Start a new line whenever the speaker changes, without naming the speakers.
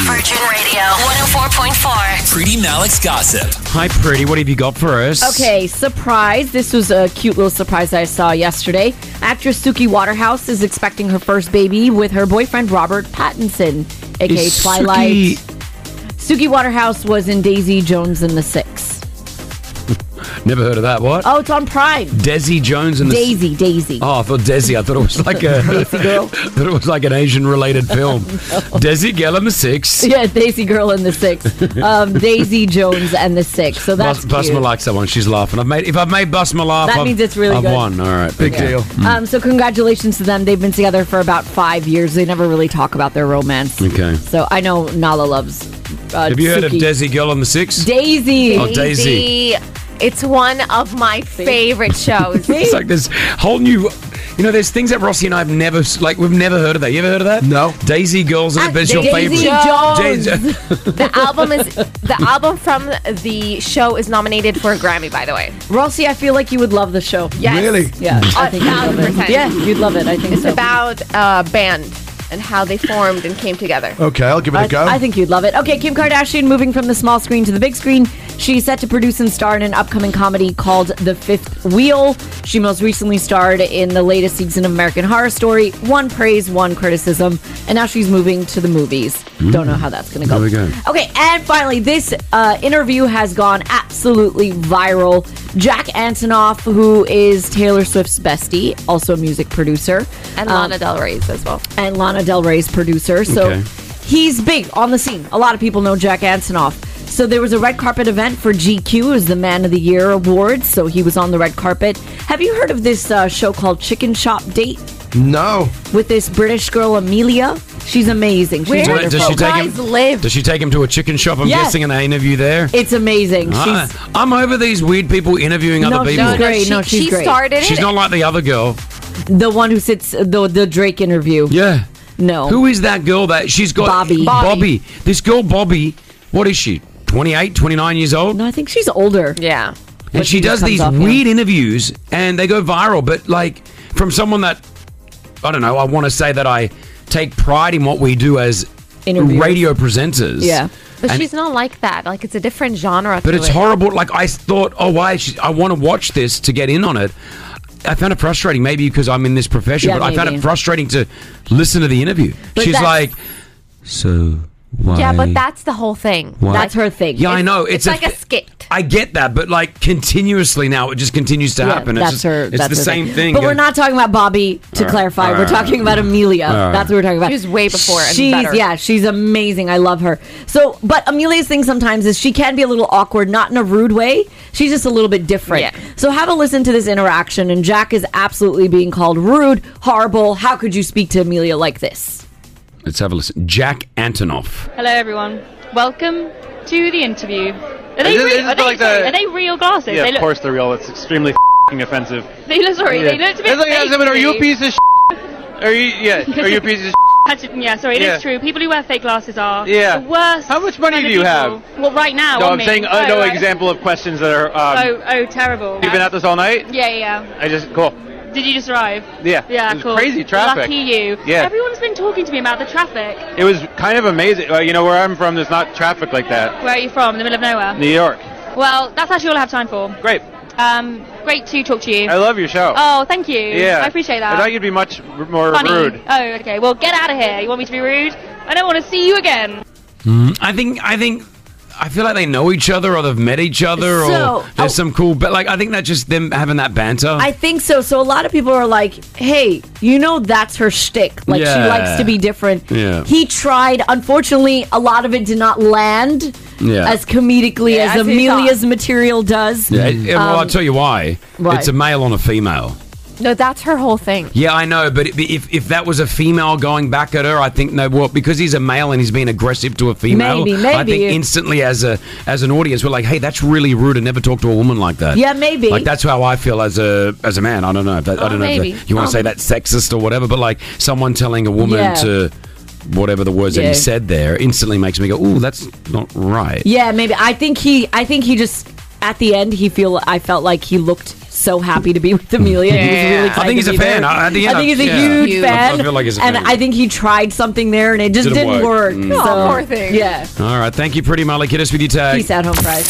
Virgin Radio 104.4.
Pretty Malik's gossip.
Hi, pretty. What have you got for us?
Okay, surprise. This was a cute little surprise I saw yesterday. Actress Suki Waterhouse is expecting her first baby with her boyfriend Robert Pattinson, aka
Is
Twilight.
Suki-
Suki Waterhouse was in Daisy Jones and the Six.
Never heard of that. What?
Oh, it's on Prime.
Desi Jones and the.
Daisy, Daisy.
Oh, I thought Desi. I thought it was like a.
Daisy Girl.
thought it was like an Asian-related film. Desi Girl and the Six.
Yeah, Daisy Girl and the Six. Um, Daisy Jones and the Six. So that's
Bus, Busma
cute.
likes that one. She's laughing. I've made if I've made Busma laugh.
That
I've,
means it's really
I've
good.
won. All right, big deal.
Um, so congratulations to them. They've been together for about five years. They never really talk about their romance.
Okay.
So I know Nala loves. Uh,
Have you heard of
Suki.
Desi Girl and the Six?
Daisy?
Oh, Daisy.
It's one of my favorite shows.
It's like this whole new. You know, there's things that Rossi and I have never like. We've never heard of that. You ever heard of that? No. Daisy Girls and the Biz. Your
Ah, Daisy
favorite.
Jones.
Daisy-
the album is the album from the show is nominated for a Grammy, by the way.
Rossi, I feel like you would love the show.
Yes. Really?
Yeah, I think you'd
Uh,
love it.
1000%.
Yeah, you'd love it. I think
It's
so.
about a band and how they formed and came together.
Okay, I'll give it
I,
a go.
I think you'd love it. Okay, Kim Kardashian moving from the small screen to the big screen. She's set to produce and star in an upcoming comedy called The Fifth Wheel. She most recently starred in the latest season of American Horror Story. One praise, one criticism, and now she's moving to the movies. Don't
Mm.
know how that's going to go.
There we go.
Okay, and finally, this uh, interview has gone absolutely viral. Jack Antonoff, who is Taylor Swift's bestie, also a music producer,
And
um,
Lana Del Rey's as well.
and Lana Del Rey's producer. So
Okay.
he's big on the scene. A lot of people know Jack Antonoff. So there was a red carpet event for GQ. It was the Man of the Year award. So he was on the red carpet. Have you heard of this uh, show called Chicken Shop Date
no.
with this British girl Amelia? She's amazing. She's
Where
Does
wonderful.
she take
guys
him-
live.
Does she take him to a chicken shop? I'm
Yes.
guessing in an interview there.
it's amazing.
I,
She's
I'm over these weird people interviewing
No,
other
she's
people.
She's great. No, she's
she
great.
started
She's
it.
not like the other girl.
the one who sits the the Drake interview.
Yeah.
No.
Who is that girl that she's got?
Oh. Bobby.
Bobby.
Bobby.
This girl, Bobby, what is she? 28, 29 years old?
No, I think she's older.
yeah.
and she,
she
does
just comes
these
off, yeah.
weird interviews and they go viral, but like from someone that, I don't know, I want to say that I take pride in what we do as
Interviewers.
radio presenters.
Yeah.
But
And-
she's not like that. Like it's a different genre.
But
to
it's
it.
horrible. Like I thought, oh, why? She, I want to watch this to get in on it. I found it frustrating, maybe because I'm in this profession,
Yeah,
but I found
maybe.
it frustrating to listen to the interview.
But
She's
that's-
like, so why?
Yeah, but that's the whole thing.
That's her thing.
Yeah, I know.
It's,
It's,
like a skit.
I get that, but like continuously now, it just continues to
Yeah,
happen.
That's
it's just,
her.
It's
that's
the
her
same thing.
But we're not talking about Bobby. To
All right,
clarify,
all right,
we're talking about Amelia.
all right.
That's what we're talking about.
She was way before and
she's
better.
yeah, she's amazing. I love her. So, but Amelia's thing sometimes is she can be a little awkward, not in a rude way. She's just a little bit different.
Yeah.
So have a listen to this interaction, and Jack is absolutely being called rude, horrible. How could you speak to Amelia like this?
Let's have a listen. Jack Antonoff.
Hello, everyone. Welcome to the interview. Are they,
Is it-
real,
is it
are, they,
like the-
are they real glasses?
Yeah,
they
of
look,
course they're real. It's extremely f***ing offensive.
They look, sorry, they
Yeah.
looked a bit
It's like,
fake
I mean,
to
are you a
me.
piece of s***? Are you, yeah, are you a piece of s***?
Actually, yeah, sorry, it is
Yeah.
true. People who wear fake glasses are
Yeah.
the worst.
How much money
kind of
do you
people. Well, right now,
No,
on
I'm
me.
saying, uh,
oh,
no
right.
example of questions that are, um,
Oh, oh, terrible.
you've been at this all night?
Yeah, yeah.
I just, cool.
yeah. Did you just arrive?
Yeah.
Yeah,
It was
cool.
crazy traffic.
Lucky you.
Yeah.
Everyone's been talking to me about the traffic.
It was kind of amazing. Well, you know, where I'm from, there's not traffic like that.
Where are you from? In the middle of nowhere.
New York.
Well, that's actually all I have time for.
Great.
Um, great to talk to you.
I love your show.
Oh, thank you.
yeah.
I appreciate that.
I thought you'd be much r- more
Funny.
rude.
Oh, okay. Well, get out of here. You want me to be rude? I don't want to see you again.
I think I think I feel like they know each other or they've met each other
So-
or there's
oh.
some cool but like I think that's just them having that banter.
I think so. So a lot of people are like, "Hey, you know that's her shtick. Like she
Yeah.
likes to be different."
Yeah.
He tried. Unfortunately, a lot of it did not land
Yeah.
as comedically
Yeah,
as
as he thought.
Amelia's material does.
yeah, it- well,
Um,
I'll tell you why.
Right.
It's a male on a female.
No, that's her whole thing.
Yeah, I know, but it, if if that was a female going back at her, I think no. Well, because he's a male and he's being aggressive to a female,
Maybe,
I think
maybe.
instantly as a as an audience, we're like, hey, that's really rude, and never talk to a woman like that.
Yeah, maybe.
Like that's how I feel as a as a man. I don't know. If that, I
Oh,
don't know. if
maybe.
that- you want
Oh.
to say that's sexist or whatever, but like someone telling a woman
Yeah.
to whatever the words that
Yeah.
he said there instantly makes me go, oh, that's not right.
Yeah, maybe. I think he. I think he just at the end he feel. I felt like he looked so happy to be with Amelia. He was
Yeah.
really
I
excited
think he's
to be
a fan.
there.
I- I think- yeah,
think he's a
yeah.
huge
Huge.
fan.
I feel like he's a
and
fan.
I think he tried something there and it just
Didn't
didn't
work.
work.
Mm.
Aw,
So,
Oh, poor thing.
Yeah.
All right. Thank you, pretty Molly. Hit us with your tag.
Peace out, home prize.